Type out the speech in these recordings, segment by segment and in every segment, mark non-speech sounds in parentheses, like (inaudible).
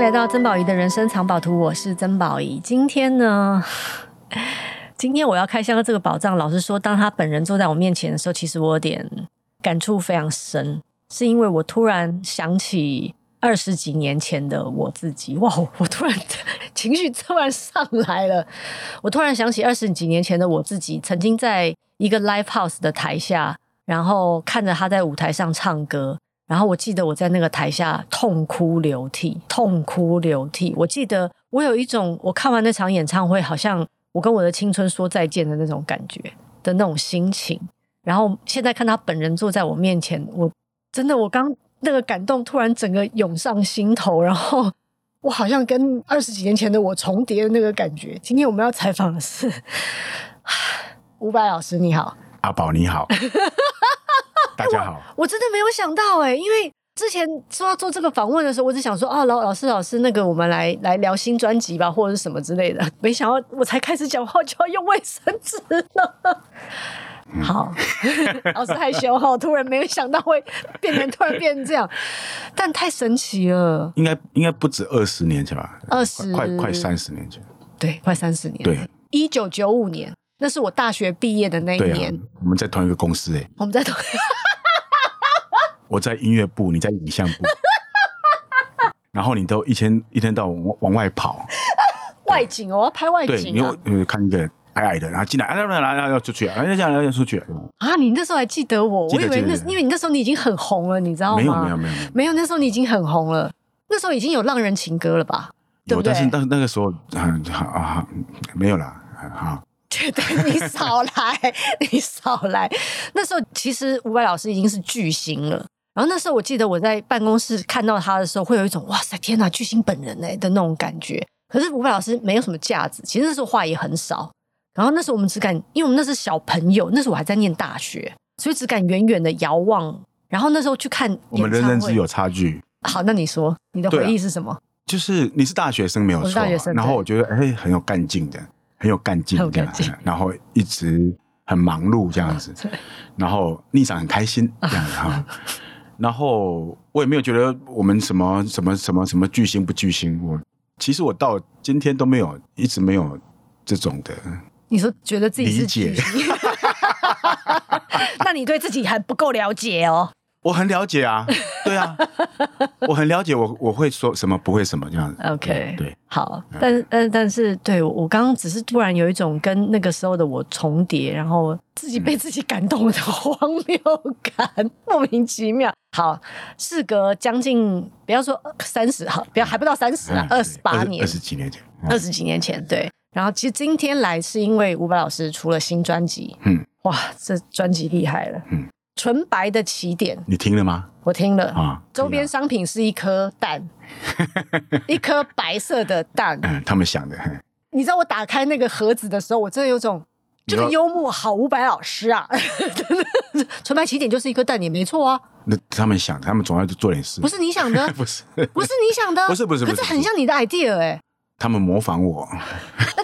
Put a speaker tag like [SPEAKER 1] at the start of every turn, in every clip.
[SPEAKER 1] 来到曾宝仪的人生藏宝图，我是曾宝仪。今天呢， (laughs) 今天我要开箱的这个宝藏，老实说，当他本人坐在我面前的时候，其实我有点感触非常深，是因为我突然想起二十几年前的我自己。哇，我突然 (laughs) 情绪突然上来了，我突然想起二十几年前的我自己，曾经在一个 live house 的台下，然后看着他在舞台上唱歌，然后我记得我在那个台下痛哭流涕，痛哭流涕。我记得我有一种我看完那场演唱会，好像我跟我的青春说再见的那种感觉的那种心情。然后现在看他本人坐在我面前，我真的我刚那个感动突然整个涌上心头，然后我好像跟二十几年前的我重叠的那个感觉。今天我们要采访的是 (sighs) 伍佰老师，你好。
[SPEAKER 2] 阿宝你好，大家好，
[SPEAKER 1] 我真的没有想到哎、因为之前说要做这个访问的时候，我只想说啊，老老师老师，那个我们来来聊新专辑吧，或者是什么之类的。 (laughs) 没想到我才开始讲话就要用卫生纸了。
[SPEAKER 2] 嗯
[SPEAKER 1] 好， (laughs) 老师害羞哈，突然没有想到会变成突然变成这样，但太神奇了。
[SPEAKER 2] 应该应该不止二十年前吧，
[SPEAKER 1] 20
[SPEAKER 2] 快快快三十年前，
[SPEAKER 1] 对，快三十年，
[SPEAKER 2] 对，
[SPEAKER 1] 一九九五年，那是我大学毕业的那一
[SPEAKER 2] 对
[SPEAKER 1] 年
[SPEAKER 2] 啊，，我们在同一个公司诶、
[SPEAKER 1] 我们在 (laughs) 同
[SPEAKER 2] 我在音乐部，你在影像部，然后你都一天一天到晚往往外跑，
[SPEAKER 1] 外景哦，我要拍外
[SPEAKER 2] 对，你
[SPEAKER 1] 景
[SPEAKER 2] 又
[SPEAKER 1] 啊！
[SPEAKER 2] 呃看一个矮矮的，然后进来，啊，来来来，要出去，啊，要这样要出去，
[SPEAKER 1] 啊，你那时候还记得我，
[SPEAKER 2] 记
[SPEAKER 1] 我
[SPEAKER 2] 得
[SPEAKER 1] 以为
[SPEAKER 2] 记得
[SPEAKER 1] 那
[SPEAKER 2] 记得
[SPEAKER 1] 因为你那时候你已经很红了，你知道吗？
[SPEAKER 2] 没有没有没有，
[SPEAKER 1] 没有，那时候你已经很红了，那时候已经有《浪人情歌》了
[SPEAKER 2] (laughs)
[SPEAKER 1] 吧？对
[SPEAKER 2] 有，
[SPEAKER 1] 不对
[SPEAKER 2] 但是但是那个时候啊啊啊没有啦，啊，
[SPEAKER 1] 对 (laughs) 对，你少来， (laughs) 你少来。那时候其实伍佰老师已经是巨星了。然后那时候我记得我在办公室看到他的时候，会有一种哇塞天哪，巨星本人哎、的那种感觉。可是伍佰老师没有什么架子，其实那时候话也很少。然后那时候我们只敢，因为我们那是小朋友，那时候我还在念大学，所以只敢远远的遥望。然后那时候去看
[SPEAKER 2] 我们人
[SPEAKER 1] 演唱
[SPEAKER 2] 人
[SPEAKER 1] 会
[SPEAKER 2] 之有差距，
[SPEAKER 1] 好，那你说你的
[SPEAKER 2] 对啊
[SPEAKER 1] 回忆是什么？
[SPEAKER 2] 就是你是大学生没有
[SPEAKER 1] 我是
[SPEAKER 2] 错啊、
[SPEAKER 1] 大学生
[SPEAKER 2] 然后
[SPEAKER 1] 对
[SPEAKER 2] 我觉得哎很有干劲的，很有干劲
[SPEAKER 1] 很有
[SPEAKER 2] 的
[SPEAKER 1] 干劲，
[SPEAKER 2] 然后一直很忙碌这样
[SPEAKER 1] (laughs)
[SPEAKER 2] 子，然后逆长很开心这样子哈。然后我也没有觉得我们什么什么什么什么巨星不巨星，我其实我到今天都没有一直没有这种的，
[SPEAKER 1] 你说觉得自己是
[SPEAKER 2] 理解
[SPEAKER 1] 巨星， (laughs) 那你对自己还不够了解哦。
[SPEAKER 2] 我很了
[SPEAKER 1] (laughs)
[SPEAKER 2] 解啊，对啊，我很了解我我会说什么不会什么这样子
[SPEAKER 1] OK
[SPEAKER 2] 对，嗯
[SPEAKER 1] 好，但但但是，对我我刚刚只是突然有一种跟那个时候的我重叠，然后自己被自己感动的荒谬感，莫名其妙。好，事隔将近不要说三十，好，不要还不到三十
[SPEAKER 2] 嗯
[SPEAKER 1] 啊，二十八年
[SPEAKER 2] 二，十几年前，
[SPEAKER 1] 二十几年前，对。然后其实今天来是因为伍佰老师出了新专辑，
[SPEAKER 2] 嗯，
[SPEAKER 1] 哇，这专辑厉害了，
[SPEAKER 2] 嗯，
[SPEAKER 1] 纯白的起点，
[SPEAKER 2] 你听了吗？
[SPEAKER 1] 我听了
[SPEAKER 2] 啊
[SPEAKER 1] 周边商品是一颗
[SPEAKER 2] (laughs)
[SPEAKER 1] 蛋，一颗白色的蛋。
[SPEAKER 2] 嗯，他们想的。嘿
[SPEAKER 1] 你知道我打开那个盒子的时候，我真的有种这
[SPEAKER 2] 你
[SPEAKER 1] 个
[SPEAKER 2] 要
[SPEAKER 1] 幽默好伍佰老师啊！ (laughs) 纯白起点就是一颗蛋，也没错啊，
[SPEAKER 2] 那他们想，他们总要做点事。，
[SPEAKER 1] 不是你想的
[SPEAKER 2] (laughs) 不是，
[SPEAKER 1] 不是你想的，
[SPEAKER 2] 不是不是
[SPEAKER 1] 可
[SPEAKER 2] 不是
[SPEAKER 1] 是很像你的 idea 哎、
[SPEAKER 2] 他们模仿我，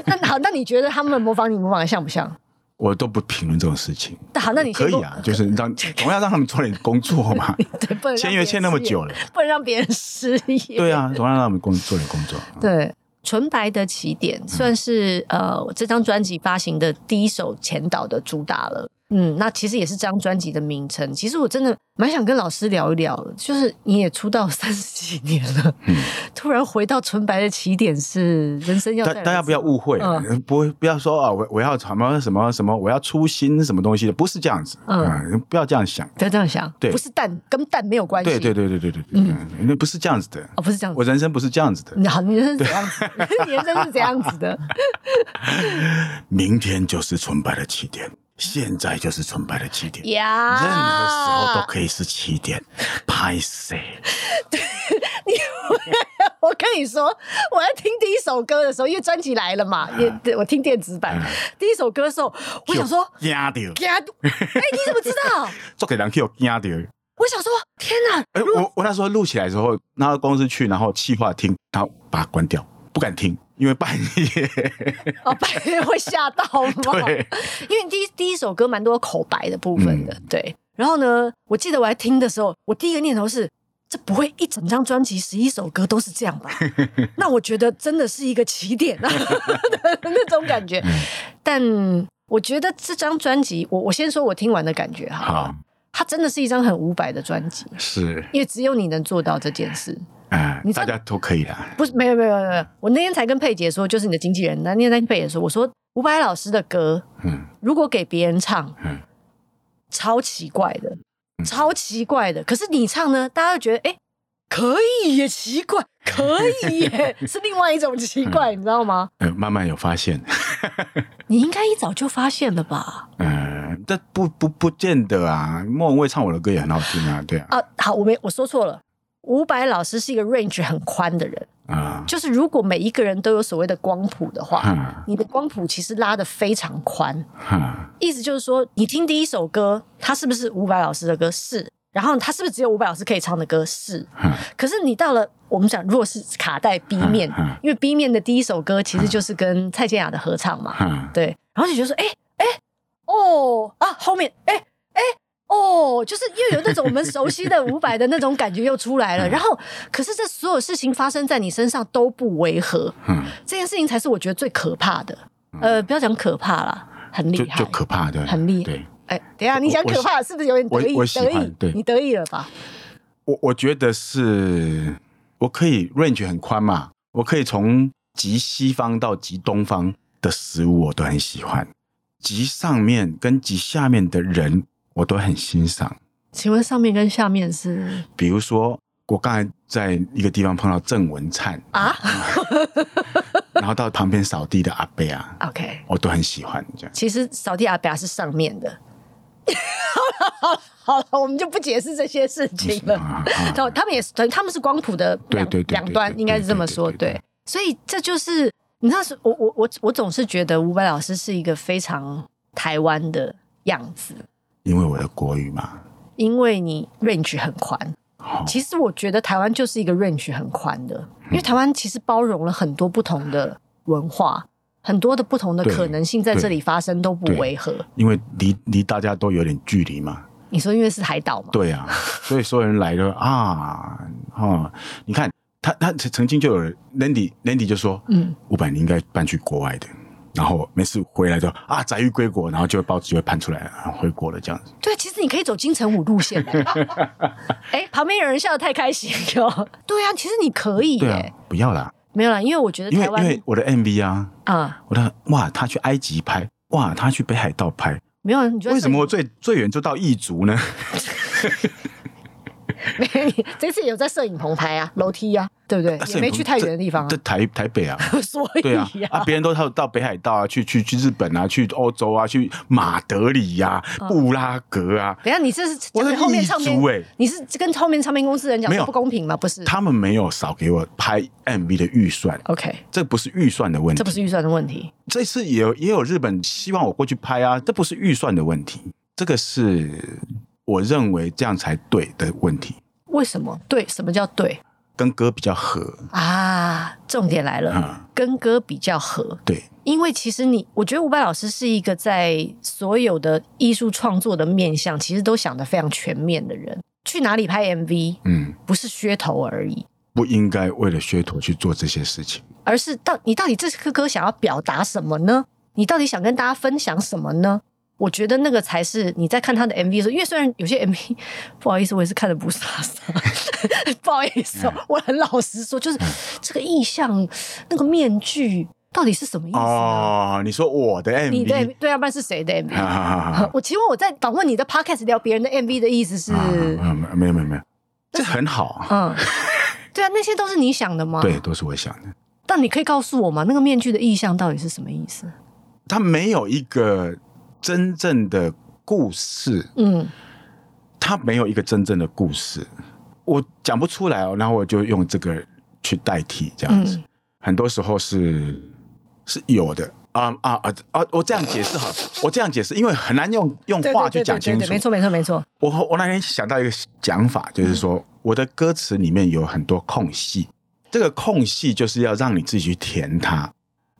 [SPEAKER 1] 那那好，那你觉得他们模仿你模仿的像不像？
[SPEAKER 2] 我都不评论这种事情。
[SPEAKER 1] 那好，那你先
[SPEAKER 2] 可
[SPEAKER 1] 跟我
[SPEAKER 2] 以啊，就是让总要让他们做点工作嘛。
[SPEAKER 1] (laughs) 对，不能让别
[SPEAKER 2] 签约
[SPEAKER 1] 人
[SPEAKER 2] 签那么
[SPEAKER 1] 失业
[SPEAKER 2] 久了，
[SPEAKER 1] (laughs) 不能让别人失业。
[SPEAKER 2] (laughs) 对啊，总要让他们工做点工作。
[SPEAKER 1] 对，纯白的起点算是呃我这张专辑发行的第一首前导的主打了。嗯，那其实也是这张专辑的名称。其实我真的蛮想跟老师聊一聊，就是你也出道三十几年了，
[SPEAKER 2] 嗯
[SPEAKER 1] 突然回到纯白的起点是人生要
[SPEAKER 2] 大
[SPEAKER 1] 带来
[SPEAKER 2] 大家不要误会，
[SPEAKER 1] 嗯
[SPEAKER 2] 不会不要说啊，我我要什么什么什么，我要出新什么东西的，不是这样子，
[SPEAKER 1] 嗯
[SPEAKER 2] 嗯，不要这样想。
[SPEAKER 1] 不要这样想，
[SPEAKER 2] 对
[SPEAKER 1] 不是蛋跟蛋没有关系，
[SPEAKER 2] 对对
[SPEAKER 1] 对，
[SPEAKER 2] 对对对对对，嗯，那不是这样子的，
[SPEAKER 1] 哦不是这样子
[SPEAKER 2] 我。人生不是这样子的。
[SPEAKER 1] 你好，你人生是怎样子？ (laughs) 你人生是怎样子
[SPEAKER 2] (laughs)
[SPEAKER 1] 的？
[SPEAKER 2] 明天就是纯白的起点，现在就是纯白的起点，
[SPEAKER 1] 呀，
[SPEAKER 2] 任何时候
[SPEAKER 1] 啊
[SPEAKER 2] 都可以是起点，拍谁？
[SPEAKER 1] 我跟你说，我在听第一首歌的时候，因为专辑来了嘛，也对我听电子版。第一首歌的时候，我想说，
[SPEAKER 2] 惊到，
[SPEAKER 1] (laughs) 呀，哎，你怎么知道？
[SPEAKER 2] 做给人去有惊到。
[SPEAKER 1] 我想说，天哪！
[SPEAKER 2] 哎、我我那时候录起来的时候，拿到公司去，然后气话听，然后把它关掉，不敢听，因为半夜。
[SPEAKER 1] (laughs) 哦，半夜会吓到吗？
[SPEAKER 2] (laughs) 对，嗯
[SPEAKER 1] 因为第一第一首歌蛮多口白的部分的，对。然后呢，我记得我在听的时候，我第一个念头是。这不会一整张专辑十一首歌都是这样
[SPEAKER 2] (laughs)
[SPEAKER 1] 吧？那我觉得真的是一个起点啊， (laughs) 那种感
[SPEAKER 2] 嗯
[SPEAKER 1] 觉。但我觉得这张专辑，我我先说我听完的感觉哈，
[SPEAKER 2] 好，
[SPEAKER 1] 它真的是一张很伍佰的专辑，
[SPEAKER 2] 是，
[SPEAKER 1] 因为只有你能做到这件事。
[SPEAKER 2] 哎、
[SPEAKER 1] 你知
[SPEAKER 2] 大
[SPEAKER 1] 道
[SPEAKER 2] 家都可以的，
[SPEAKER 1] 不是，没有，没有，没有没有。我那天才跟佩姐说，就是你的经纪人。那那天才跟佩姐说，我说伍佰老师的歌，
[SPEAKER 2] 嗯，
[SPEAKER 1] 如果给别人唱，
[SPEAKER 2] 嗯
[SPEAKER 1] 超奇怪的，超奇怪的。可是你唱呢，大家会觉得，哎、可以耶，奇怪，可以耶，是另外一种奇怪，你知道吗？
[SPEAKER 2] 呃，慢慢有发现，
[SPEAKER 1] 你应该一早就发现了吧？
[SPEAKER 2] 嗯，但不不不见得啊，莫文蔚唱我的歌也很好听啊，对啊，
[SPEAKER 1] 啊，好，我没我说错了。伍佰老师是一个 range 很宽的人，
[SPEAKER 2] 啊、
[SPEAKER 1] 就是如果每一个人都有所谓的光谱的话，
[SPEAKER 2] 哈
[SPEAKER 1] 你的光谱其实拉得非常宽。
[SPEAKER 2] 哈，
[SPEAKER 1] 意思就是说，你听第一首歌，它是不是伍佰老师的歌？是。然后它是不是只有伍佰老师可以唱的歌？是。
[SPEAKER 2] 哈
[SPEAKER 1] 可是你到了我们讲，如果是卡带 B 面
[SPEAKER 2] 嗯嗯，
[SPEAKER 1] 因为 B 面的第一首歌其实就是跟蔡健雅的合唱嘛，
[SPEAKER 2] 哈，
[SPEAKER 1] 对。然后就觉得说，哎哎哦啊，后面哎哎哦，就是又有那种我们熟悉的伍佰的那种感觉又出
[SPEAKER 2] 嗯
[SPEAKER 1] 来了。然后，可是这所有事情发生在你身上都不违和，
[SPEAKER 2] 嗯，
[SPEAKER 1] 这件事情才是我觉得最可怕的。呃，不要讲可怕啦，很
[SPEAKER 2] 就
[SPEAKER 1] 厉害
[SPEAKER 2] 就。可怕的，
[SPEAKER 1] 很厉害
[SPEAKER 2] 对
[SPEAKER 1] 哎，等一下，你讲可怕是不是有点得意？
[SPEAKER 2] 我我喜
[SPEAKER 1] 得
[SPEAKER 2] 欢
[SPEAKER 1] 意，
[SPEAKER 2] 对
[SPEAKER 1] 你得意了吧？
[SPEAKER 2] 我我觉得是，我可以 range 很宽嘛，我可以从极西方到极东方的食物我都很喜欢，极上面跟极下面的人我都很欣赏。
[SPEAKER 1] 请问上面跟下面是
[SPEAKER 2] 比如说，我刚才在一个地方碰到郑文灿，
[SPEAKER 1] 啊
[SPEAKER 2] 然后到旁边扫地的阿贝啊，
[SPEAKER 1] ？OK，
[SPEAKER 2] 我都很喜欢这样。
[SPEAKER 1] 其实扫地阿伯是上面的。 (laughs) 好了，好了，我们就不解释这些事情了。
[SPEAKER 2] 啊
[SPEAKER 1] 然后他们也是，他们是光谱的
[SPEAKER 2] 对
[SPEAKER 1] 两
[SPEAKER 2] 对对对
[SPEAKER 1] 两端，
[SPEAKER 2] 对
[SPEAKER 1] 应该是这么说。
[SPEAKER 2] 对对对
[SPEAKER 1] 对，所以这就是你知道，是我我我我总是觉得伍佰老师是一个非常台湾的样子，
[SPEAKER 2] 因为我的国语嘛，
[SPEAKER 1] 因为你 range 很宽。
[SPEAKER 2] 好、嗯
[SPEAKER 1] 其实我觉得台湾就是一个 range 很宽的，因为台湾其实包容了很多不同的文化，很多的不同的
[SPEAKER 2] 对
[SPEAKER 1] 可能性在这里发生都不
[SPEAKER 2] 对
[SPEAKER 1] 违和。
[SPEAKER 2] 因为离离大家都有点距离嘛，
[SPEAKER 1] 你说因为是海岛嘛？
[SPEAKER 2] 对啊，所以所有人来了啊哦，你看他他曾曾经就有人 Landy Landy 就说，
[SPEAKER 1] 嗯，
[SPEAKER 2] 五百你应该搬去国外的。然后每次回来就啊，载誉归国，然后就会报纸就会搬出来，啊回国了这样子。
[SPEAKER 1] 对，啊其实你可以走金城武路线
[SPEAKER 2] (laughs)
[SPEAKER 1] 的。哎，旁边有人笑得太开心了。对啊，其实你可以耶、
[SPEAKER 2] 对啊，不要啦，
[SPEAKER 1] 没有啦，因为我觉得
[SPEAKER 2] 因为
[SPEAKER 1] 台
[SPEAKER 2] 因为
[SPEAKER 1] 湾
[SPEAKER 2] 我的 MV 啊，
[SPEAKER 1] 啊、
[SPEAKER 2] 我的哇，他去埃及拍，哇，他去北海道拍，
[SPEAKER 1] 没有，啊你觉得
[SPEAKER 2] 为什么我最最远就到异族呢？ (laughs)
[SPEAKER 1] 没有？你 (laughs) 这次有在摄影棚拍啊，楼梯啊，对不对？也没去太远的地方
[SPEAKER 2] 这这台台北啊，
[SPEAKER 1] 啊， (laughs) 所以
[SPEAKER 2] 对啊，啊，别人都到到北海道啊，去去去日本啊，去欧洲啊，去马德里呀、
[SPEAKER 1] 嗯
[SPEAKER 2] 布拉格啊，
[SPEAKER 1] 等一下，你这是
[SPEAKER 2] 我是
[SPEAKER 1] 跟后面唱片
[SPEAKER 2] 异族欸
[SPEAKER 1] 你是跟后面唱片公司的人讲
[SPEAKER 2] 没有
[SPEAKER 1] 说不公平吗？不是
[SPEAKER 2] 他们没有少给我拍 MV 的预算，
[SPEAKER 1] ，OK，
[SPEAKER 2] 这不是预算的问题。
[SPEAKER 1] 这不是预算的问题。
[SPEAKER 2] 这次也有也有日本希望我过去拍啊，这不是预算的问题，这个是我认为这样才对的问题，
[SPEAKER 1] 为什么？对，什么叫对
[SPEAKER 2] 跟歌比较合。
[SPEAKER 1] 啊？重点来了，
[SPEAKER 2] 嗯
[SPEAKER 1] 跟歌比较合。
[SPEAKER 2] 对，
[SPEAKER 1] 因为其实你，我觉得伍佰老师是一个在所有的艺术创作的面向，其实都想得非常全面的人。去哪里拍 MV，
[SPEAKER 2] 嗯，
[SPEAKER 1] 不是噱头而已，
[SPEAKER 2] 不应该为了噱头去做这些事情。
[SPEAKER 1] 而是到你到底这首歌想要表达什么呢？你到底想跟大家分享什么呢？我觉得那个才是你在看他的 MV 的时候，因为虽然有些 MV 不好意思，我也是看的不傻傻， (laughs) 不好意思、哦，
[SPEAKER 2] 嗯
[SPEAKER 1] 我很老实说，就是这个意象，那个面具到底是什么意思呢？
[SPEAKER 2] 哦，你说我的 MV，
[SPEAKER 1] 你的 (laughs)
[SPEAKER 2] (laughs)
[SPEAKER 1] MV 对，要不然是谁的 MV？、
[SPEAKER 2] 啊啊啊啊
[SPEAKER 1] 我请问我在访问你的 podcast 聊别人的 MV 的意思是，
[SPEAKER 2] 啊，没有没有没有，这很好啊。
[SPEAKER 1] 嗯，对啊，那些都是你想的吗？
[SPEAKER 2] 对，都是我想的。
[SPEAKER 1] 但你可以告诉我吗？那个面具的意象到底是什么意思？
[SPEAKER 2] 它没有一个真正的故事，
[SPEAKER 1] 嗯，
[SPEAKER 2] 它没有一个真正的故事，我讲不出来哦。然后我就用这个去代替，这样子。
[SPEAKER 1] 嗯
[SPEAKER 2] 很多时候是是有的啊啊啊啊！我这样解释好了，我这样解释，因为很难用用
[SPEAKER 1] 对
[SPEAKER 2] 话
[SPEAKER 1] 对
[SPEAKER 2] 去
[SPEAKER 1] 对
[SPEAKER 2] 讲
[SPEAKER 1] 对对
[SPEAKER 2] 清
[SPEAKER 1] 对
[SPEAKER 2] 楚
[SPEAKER 1] 没。错没错没错。
[SPEAKER 2] 我我那天想到一个讲法，就是说我的歌词里面有很多空隙，这个空隙就是要让你自己去填它。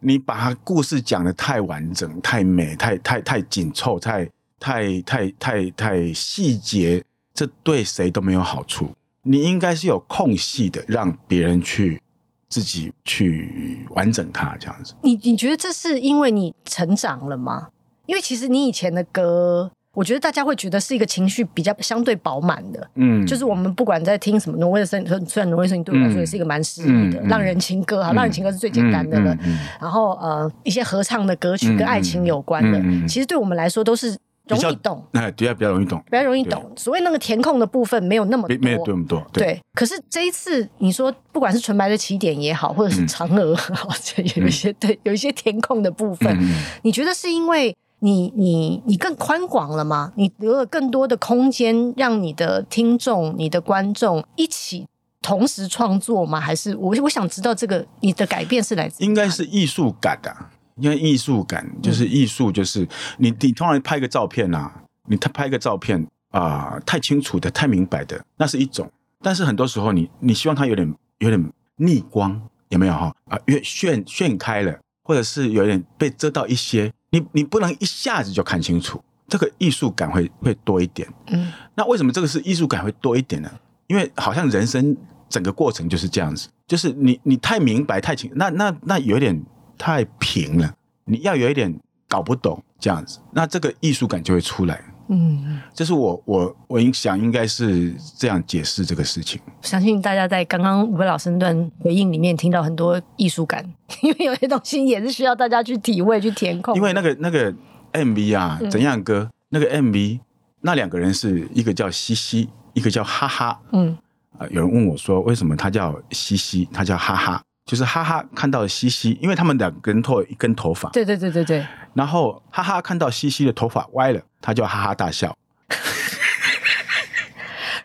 [SPEAKER 2] 你把它故事讲的太完整、太美、太太太紧凑、太太太太太细节，这对谁都没有好处。你应该是有空隙的，让别人去自己去完整它这样子。
[SPEAKER 1] 你你觉得这是因为你成长了吗？因为其实你以前的歌，我觉得大家会觉得是一个情绪比较相对饱满的，
[SPEAKER 2] 嗯，
[SPEAKER 1] 就是我们不管在听什么挪威的森林，虽然挪威森林对我来说也是一个蛮诗意的、
[SPEAKER 2] 嗯嗯
[SPEAKER 1] 浪人情歌啊，
[SPEAKER 2] 嗯
[SPEAKER 1] 浪人情歌是最简单的了。
[SPEAKER 2] 嗯嗯嗯
[SPEAKER 1] 然后呃，一些合唱的歌曲
[SPEAKER 2] 嗯
[SPEAKER 1] 跟爱情有关的，
[SPEAKER 2] 嗯嗯嗯
[SPEAKER 1] 其实对我们来说都是容
[SPEAKER 2] 比较
[SPEAKER 1] 易懂，
[SPEAKER 2] 那比较比较容易懂，
[SPEAKER 1] 比较容易懂。所谓那个填空的部分没有那么
[SPEAKER 2] 没
[SPEAKER 1] 多，
[SPEAKER 2] 没有对我们多，对，
[SPEAKER 1] 对，可是这一次你说，不管是纯白的起点也好，或者是
[SPEAKER 2] 嗯
[SPEAKER 1] 嫦娥也好，这有一些、对，有一些填空的部分，
[SPEAKER 2] 嗯嗯
[SPEAKER 1] 你觉得是因为你你你更宽广了吗？你留了更多的空间，让你的听众、你的观众一起同时创作吗？还是我我想知道这个你的改变是来自
[SPEAKER 2] 应该是艺术感的、啊，因为艺术感就是艺术，就是你你通常拍个照片啊，你他拍个照片啊、太清楚的、太明白的，那是一种；但是很多时候你你希望它有点有点逆光，有没有哈？啊，越炫炫开了，或者是有点被遮到一些，你你不能一下子就看清楚，这个艺术感会会多一点。
[SPEAKER 1] 嗯
[SPEAKER 2] 那为什么这个是艺术感会多一点呢？因为好像人生整个过程就是这样子，就是你你太明白太清，那那那有点太平了，你要有一点搞不懂这样子，那这个艺术感就会出来。
[SPEAKER 1] 嗯，
[SPEAKER 2] 这是我我我应想应该是这样解释这个事情。
[SPEAKER 1] 相信大家在刚刚吴伟老师那段回应里面听到很多艺术感， (laughs) 因为有些东西也是需要大家去体味、去填空的，
[SPEAKER 2] 因为那个那个 MV 啊，怎样歌、那个 MV，那两个人是一个叫西西，一个叫哈哈。
[SPEAKER 1] 嗯
[SPEAKER 2] 啊，有人问我说，为什么他叫西西，他叫哈哈？就是哈哈看到西西，因为他们两个人都有一根头发，
[SPEAKER 1] 对对对对对。
[SPEAKER 2] 然后哈哈看到西西的头发歪了，他就哈哈大笑。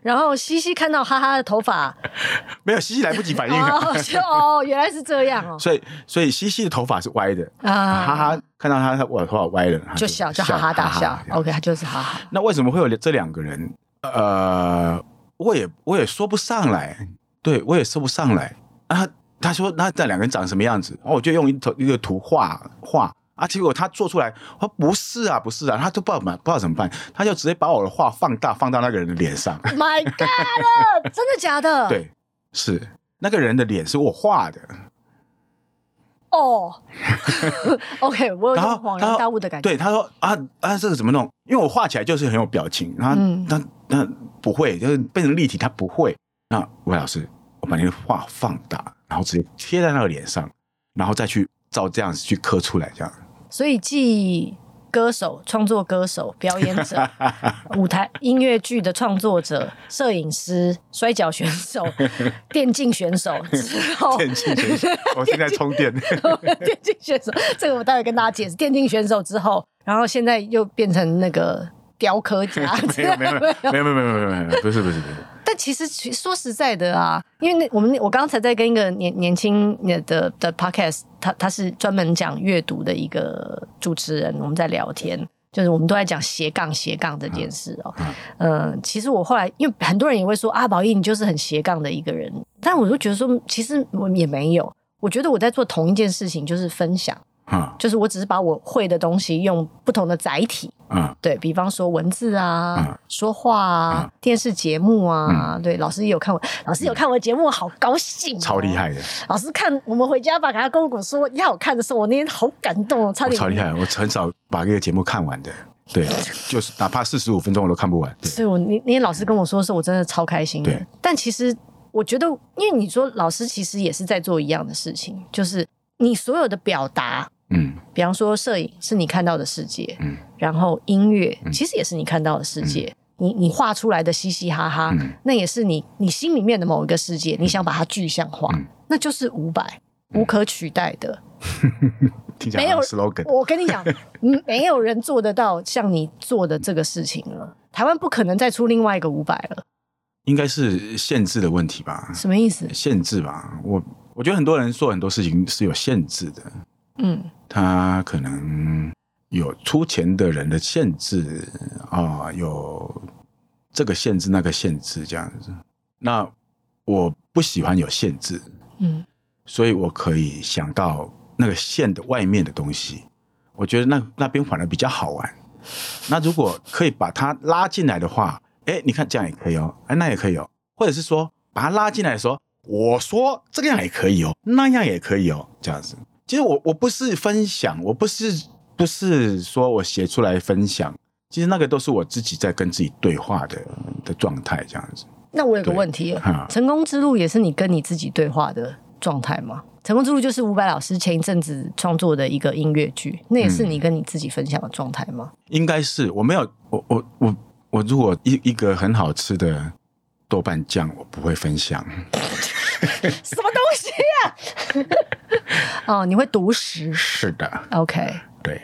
[SPEAKER 1] 然后西西看到哈哈的头发，
[SPEAKER 2] 没有西西来不及反应
[SPEAKER 1] 哦
[SPEAKER 2] 啊，，
[SPEAKER 1] 是哦，原来是这样哦，
[SPEAKER 2] (laughs) 所以所以西西的头发是歪的，
[SPEAKER 1] 啊
[SPEAKER 2] (laughs) 哈哈看到他他我头发歪了，他
[SPEAKER 1] 就笑，就哈哈大笑。
[SPEAKER 2] 这样
[SPEAKER 1] OK，他就是哈哈，
[SPEAKER 2] 那为什么会有这两个人？呃，我也我也说不上来，对我也说不上来啊。他说那这两个人长什么样子？然后我就用一头一个图画画啊，结果他做出来，我说不是啊，不是啊，他都不知道怎么不知道怎么办，他就直接把我的画放大放到那个人的脸上。
[SPEAKER 1] My God，了 (laughs) 真的假的？，
[SPEAKER 2] 对，是那个人的脸是我画的，
[SPEAKER 1] 哦 (laughs) ，OK，我有
[SPEAKER 2] 然
[SPEAKER 1] 种
[SPEAKER 2] 后
[SPEAKER 1] 恍
[SPEAKER 2] 然
[SPEAKER 1] 然
[SPEAKER 2] 后
[SPEAKER 1] 大悟的感觉。
[SPEAKER 2] 对，他说啊啊，这个怎么弄？因为我画起来就是很有表情，然后
[SPEAKER 1] 嗯
[SPEAKER 2] 他他不会，就是变成立体，他不会。那魏老师，我把你的画放大，然后直接贴在那个脸上，然后再去照这样子去刻出来，这样。
[SPEAKER 1] 所以既歌手、创作歌手、表演
[SPEAKER 2] (laughs)
[SPEAKER 1] 者、舞台音乐剧的创作者、摄影师、摔跤选
[SPEAKER 2] (laughs)
[SPEAKER 1] 手、电竞选手之后，
[SPEAKER 2] 电竞选
[SPEAKER 1] (laughs)
[SPEAKER 2] 手，我现在充电。，
[SPEAKER 1] 电竞选手，这个我待会跟大家解释。电竞选手之后，然后现在又变成那个雕刻家
[SPEAKER 2] (laughs) 没有没有没有没有没有没有没有没有，不是不是不是，
[SPEAKER 1] 但其实其说实在的啊，因为那我们我刚才在跟一个年年轻的的 podcast，他他是专门讲阅读的一个主持人，我们在聊天。就是我们都在讲斜杠斜杠这件事哦，嗯，其实我后来因为很多人也会说啊，宝仪你就是很斜杠的一个人，但我就觉得说，嗯其实我也没有，我觉得我在做同一件事情，就是分享，
[SPEAKER 2] 啊
[SPEAKER 1] 就是我只是把我会的东西用不同的载体
[SPEAKER 2] 啊
[SPEAKER 1] 对比方说文字啊、
[SPEAKER 2] 嗯
[SPEAKER 1] 说话啊、电视节目啊，对，老师也有看我，老师有看我的节目，我好高兴、
[SPEAKER 2] 嗯
[SPEAKER 1] 哦
[SPEAKER 2] 超厉！害的，
[SPEAKER 1] 老师看我们回家吧，给他跟我讲说要我看的时候，我那天好感动哦，差
[SPEAKER 2] 我
[SPEAKER 1] 点
[SPEAKER 2] 超厉害，我很少把这个节目看完的，对，就是哪怕四十五分钟我都看不完。对
[SPEAKER 1] 所以我那那天老师跟我说的时候，我真的超开心的
[SPEAKER 2] 对。
[SPEAKER 1] 但其实我觉得，因为你说老师其实也是在做一样的事情，就是你所有的表达，
[SPEAKER 2] 嗯
[SPEAKER 1] 比方说摄影是你看到的世界，
[SPEAKER 2] 嗯
[SPEAKER 1] 然后音乐其实也是你看到的世界。你你画出来的嘻嘻哈哈，
[SPEAKER 2] 嗯
[SPEAKER 1] 那也是你你心里面的某一个世界，你想把它具象化，
[SPEAKER 2] 嗯
[SPEAKER 1] 那就是五百无可取代的。
[SPEAKER 2] 听起来
[SPEAKER 1] 没有
[SPEAKER 2] 好像 slogan。
[SPEAKER 1] 我跟你
[SPEAKER 2] (laughs)
[SPEAKER 1] 讲，嗯没有人做得到像你做的这个事情了。台湾不可能再出另外一个五百了，
[SPEAKER 2] 应该是限制的问题吧？
[SPEAKER 1] 什么意思？
[SPEAKER 2] 限制吧，我我觉得很多人做很多事情是有限制的，
[SPEAKER 1] 嗯，
[SPEAKER 2] 他可能有出钱的人的限制啊、有这个限制那个限制这样子。那我不喜欢有限制，
[SPEAKER 1] 嗯，
[SPEAKER 2] 所以我可以想到那个线的外面的东西，我觉得那那边反而比较好玩。那如果可以把它拉进来的话，哎，你看这样也可以哦，哎，那也可以哦，或者是说把他拉进来说，我说这样也可以哦，那样也可以哦，这样子。其实我我不是分享，我不是不是说我写出来分享，其实那个都是我自己在跟自己对话的的状态，这样子。
[SPEAKER 1] 那我有个问题
[SPEAKER 2] 对哈，
[SPEAKER 1] 成功之路也是你跟你自己对话的状态吗？成功之路就是伍佰老师前一阵子创作的一个音乐剧，那也
[SPEAKER 2] 嗯
[SPEAKER 1] 是你跟你自己分享的状态吗？
[SPEAKER 2] 应该是我没有，我我我我如果一一个很好吃的豆瓣酱，我不会分享。
[SPEAKER 1] 什么东西呀、 (laughs) 哦，你会独食
[SPEAKER 2] 是的，
[SPEAKER 1] ，OK？
[SPEAKER 2] 对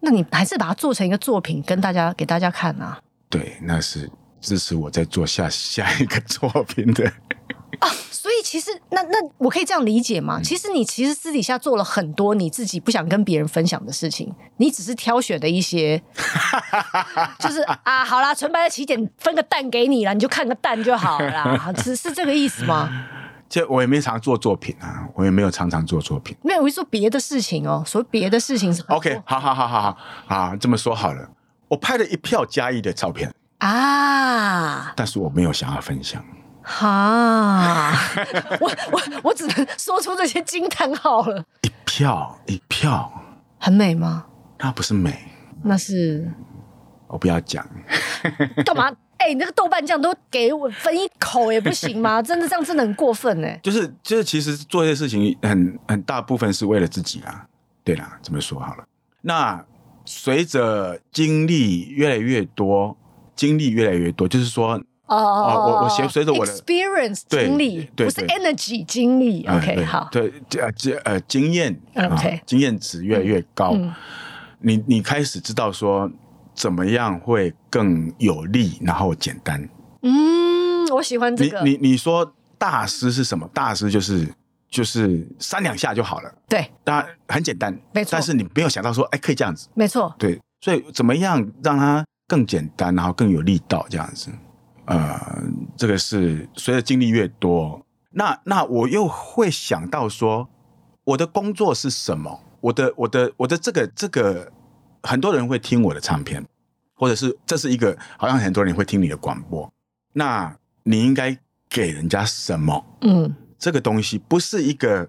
[SPEAKER 1] 那你还是把它做成一个作品，跟大家给大家看啊。
[SPEAKER 2] 对，那是支持我在做下下一个作品的。
[SPEAKER 1] 啊所以其实那那我可以这样理解吗？其实你其实私底下做了很多你自己不想跟别人分享的事情，你只是挑选的一些，就是啊，好啦，纯白的起点分个蛋给你啦，你就看个蛋就好了啦，是是这个意思吗？
[SPEAKER 2] 这我也没常做作品啊，我也没有常常做作品。
[SPEAKER 1] 没有，我是说别的事情哦，所谓别的事情是
[SPEAKER 2] OK，好好好好好啊，这么说好了，我拍了一票加一的照片，
[SPEAKER 1] 啊
[SPEAKER 2] 但是我没有想要分享。
[SPEAKER 1] 哈，我我我只能说出这些惊叹号了，
[SPEAKER 2] 一票一票，
[SPEAKER 1] 很美吗？
[SPEAKER 2] 那不是美，
[SPEAKER 1] 那是
[SPEAKER 2] 我不要讲。
[SPEAKER 1] 干嘛？哎、你那个豆瓣酱都给我分一口也不行 (laughs) 吗？真的这样真的很过分哎、
[SPEAKER 2] 就是就是，其实做这些事情很很大部分是为了自己啦，对啦，这么说好了。那随着经历越来越多，经历越来越多，就是说，
[SPEAKER 1] 哦哦
[SPEAKER 2] 哦我我随随着我的
[SPEAKER 1] experience
[SPEAKER 2] 对
[SPEAKER 1] 经历，
[SPEAKER 2] 对
[SPEAKER 1] 不是
[SPEAKER 2] 对
[SPEAKER 1] energy 经历。
[SPEAKER 2] 呃
[SPEAKER 1] OK，
[SPEAKER 2] 对
[SPEAKER 1] 好，
[SPEAKER 2] 对，这呃这呃经验
[SPEAKER 1] OK
[SPEAKER 2] 经验值越来越高，
[SPEAKER 1] 嗯
[SPEAKER 2] 你你开始知道说怎么样会更有力，然后简单。
[SPEAKER 1] 嗯，我喜欢这个，
[SPEAKER 2] 你你你说大师是什么？大师就是就是三两下就好了，
[SPEAKER 1] 对，
[SPEAKER 2] 当然很简单，
[SPEAKER 1] 没错
[SPEAKER 2] 但是你没有想到说，哎，可以这样子。
[SPEAKER 1] 没错，
[SPEAKER 2] 对，所以怎么样让它更简单，然后更有力道这样子？呃，这个是随着经历越多，那那我又会想到说，我的工作是什么？我的我的我的这个这个，很多人会听我的唱片，或者是这是一个好像很多人会听你的广播，那你应该给人家什么？
[SPEAKER 1] 嗯
[SPEAKER 2] 这个东西不是一个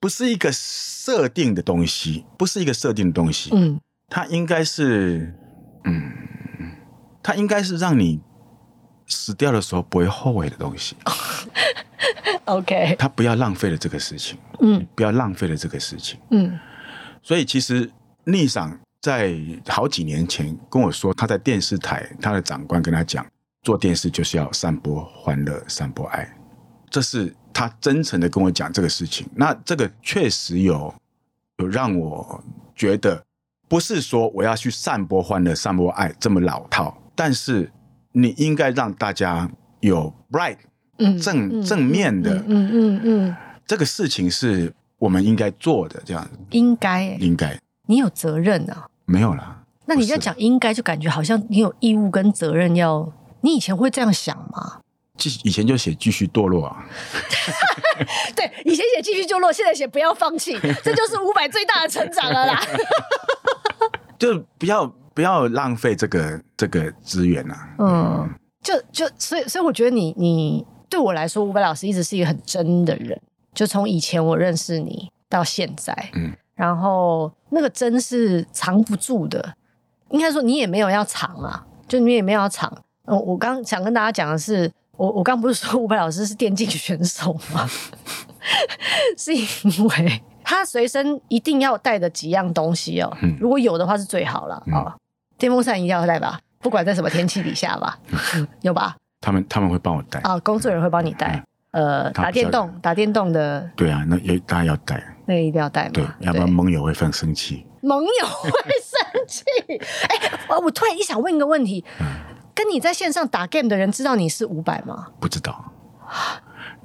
[SPEAKER 2] 不是一个设定的东西，不是一个设定的东西，
[SPEAKER 1] 嗯，
[SPEAKER 2] 它应该是，嗯，它应该是让你死掉的时候不会后悔的东西。
[SPEAKER 1] OK，
[SPEAKER 2] 它不要浪费了这个事情，
[SPEAKER 1] 嗯
[SPEAKER 2] 不要浪费了这个事情。
[SPEAKER 1] 嗯
[SPEAKER 2] 所以其实逆赏在好几年前跟我说，他在电视台，他的长官跟他讲，做电视就是要散播欢乐，散播爱。这是他真诚的跟我讲这个事情。那这个确实有有让我觉得，不是说我要去散播欢乐、散播爱这么老套，但是你应该让大家有 bright
[SPEAKER 1] 嗯，
[SPEAKER 2] 正、
[SPEAKER 1] 嗯
[SPEAKER 2] 正面的、
[SPEAKER 1] 嗯嗯嗯嗯，
[SPEAKER 2] 这个事情是我们应该做的，这样子
[SPEAKER 1] 应该、欸，
[SPEAKER 2] 应该
[SPEAKER 1] 你有责任啊。
[SPEAKER 2] 没有啦。
[SPEAKER 1] 那你
[SPEAKER 2] 不是
[SPEAKER 1] 在讲应该，就感觉好像你有义务跟责任要。你以前会这样想吗？
[SPEAKER 2] 继续以前就写继续堕落啊，
[SPEAKER 1] 对，以前写继续就落，现在写不要放弃，这就是五百最大的成长了啦。
[SPEAKER 2] 就不要不要浪费这个这个资源啊。
[SPEAKER 1] 嗯，就就所以所以我觉得你你对我来说，伍佰老师一直是一个很真的人，就从以前我认识你到现在，
[SPEAKER 2] 嗯，
[SPEAKER 1] 然后那个真是藏不住的，应该说你也没有要藏啊，就你也没有要藏。嗯，我刚想跟大家讲的是，我我刚不是说伍佰老师是电竞选手吗？ (laughs) 是因为他随身一定要带的几样东西哦，
[SPEAKER 2] 嗯
[SPEAKER 1] 如果有的话是最好了啊、
[SPEAKER 2] 嗯
[SPEAKER 1] 哦电风扇一定要带吧，不管在什么天气底下
[SPEAKER 2] (laughs)
[SPEAKER 1] 吧，有吧？
[SPEAKER 2] 他们他们会帮我带，
[SPEAKER 1] 啊，工作人员会帮你带。呃，
[SPEAKER 2] 嗯他
[SPEAKER 1] 打
[SPEAKER 2] 比较
[SPEAKER 1] 电动，打电动的
[SPEAKER 2] 对啊，那也大家要带，
[SPEAKER 1] 那个一定要带嘛，
[SPEAKER 2] 对，要不然盟友会很生气。
[SPEAKER 1] 盟友会生气。哎、我我突然一想问一个问题，
[SPEAKER 2] 嗯
[SPEAKER 1] 跟你在线上打 game 的人知道你是五百吗
[SPEAKER 2] 不知道，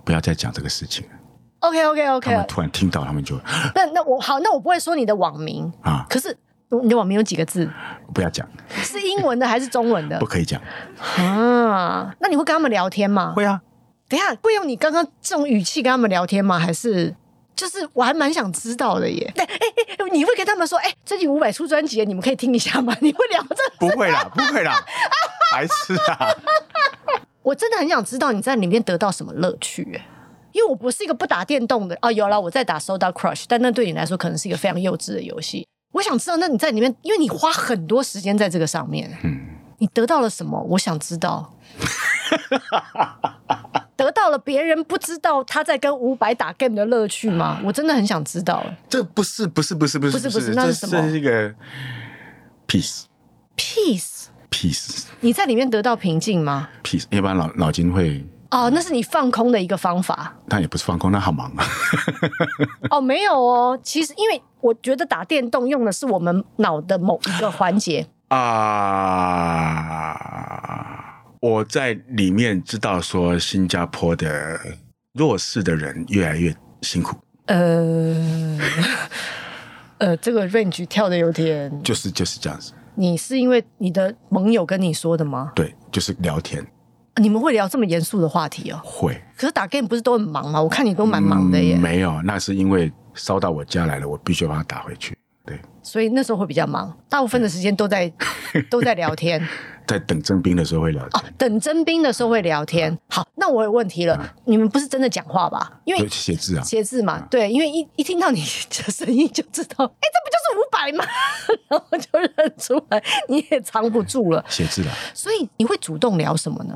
[SPEAKER 2] 不要再讲这个事情了。
[SPEAKER 1] ？OK OK
[SPEAKER 2] 他们
[SPEAKER 1] OK，
[SPEAKER 2] 突然听到，他们就啊
[SPEAKER 1] 那那我好，那我不会说你的网名，可是你的网名有几个字？
[SPEAKER 2] 不要讲，
[SPEAKER 1] 是英文的还是中文的
[SPEAKER 2] 不？可以讲。
[SPEAKER 1] 啊，那你会跟他们聊天吗？
[SPEAKER 2] 会啊，
[SPEAKER 1] 等一下会用你刚刚这种语气跟他们聊天吗？还是就是我还蛮想知道的耶。哎哎哎，你会跟他们说，哎、最近五百出专辑了， (laughs) 你们 (laughs) 可以听一下吗？你会聊这 (laughs)
[SPEAKER 2] 不会啦，不会啦，白痴啊！
[SPEAKER 1] 我真的很想知道你在里面得到什么乐趣、欸，因为我不是一个不打电动的哦。有啦，我在打《Soda Crush》，但那对你来说可能是一个非常幼稚的游戏。我想知道，那你在里面，因为你花很多时间在这个上面，你得到了什么？我想知道，得到了别人不知道他在跟五百打 game 的乐趣吗？我真的很想知道欸
[SPEAKER 2] 这不是不是不是不是
[SPEAKER 1] 不是不是那
[SPEAKER 2] 这
[SPEAKER 1] 是什么
[SPEAKER 2] 这是一个 peace
[SPEAKER 1] peace。
[SPEAKER 2] peace
[SPEAKER 1] 你在里面得到平静吗？
[SPEAKER 2] peace，要不然脑脑筋会，
[SPEAKER 1] 哦，那是你放空的一个方法。
[SPEAKER 2] 他也不是放空，他好忙啊。
[SPEAKER 1] 哦，没有哦，其实因为我觉得打电动用的是我们脑的某一个环节。
[SPEAKER 2] 啊、我在里面知道说，新加坡的弱势的人越来越辛苦，
[SPEAKER 1] 呃， (laughs) 呃，这个 range 跳的有点，
[SPEAKER 2] 就是就是这样子。
[SPEAKER 1] 你是因为你的盟友跟你说的吗？
[SPEAKER 2] 对，就是聊天
[SPEAKER 1] 你们会聊这么严肃的话题哦？
[SPEAKER 2] 会
[SPEAKER 1] 可是打 game 不是都很忙吗？我看你都蛮忙的耶，
[SPEAKER 2] 嗯没有，那是因为烧到我家来了，我必须要把它打回去。对，
[SPEAKER 1] 所以那时候会比较忙，大部分的时间都
[SPEAKER 2] (laughs)
[SPEAKER 1] 在都在聊天。
[SPEAKER 2] 在等征兵的时候会聊
[SPEAKER 1] 哦
[SPEAKER 2] 天，，
[SPEAKER 1] 等征兵的时候会聊天。好，那我有问题了，你们不是真的讲话吧？因为
[SPEAKER 2] 对，写字啊，
[SPEAKER 1] 写字嘛，对，因为一一听到你的声音就知道，哎、这不就是五百吗？ (laughs) 然后就认出来， (laughs) 你也藏不住了。
[SPEAKER 2] 写字啊，
[SPEAKER 1] 所以你会主动聊什么呢？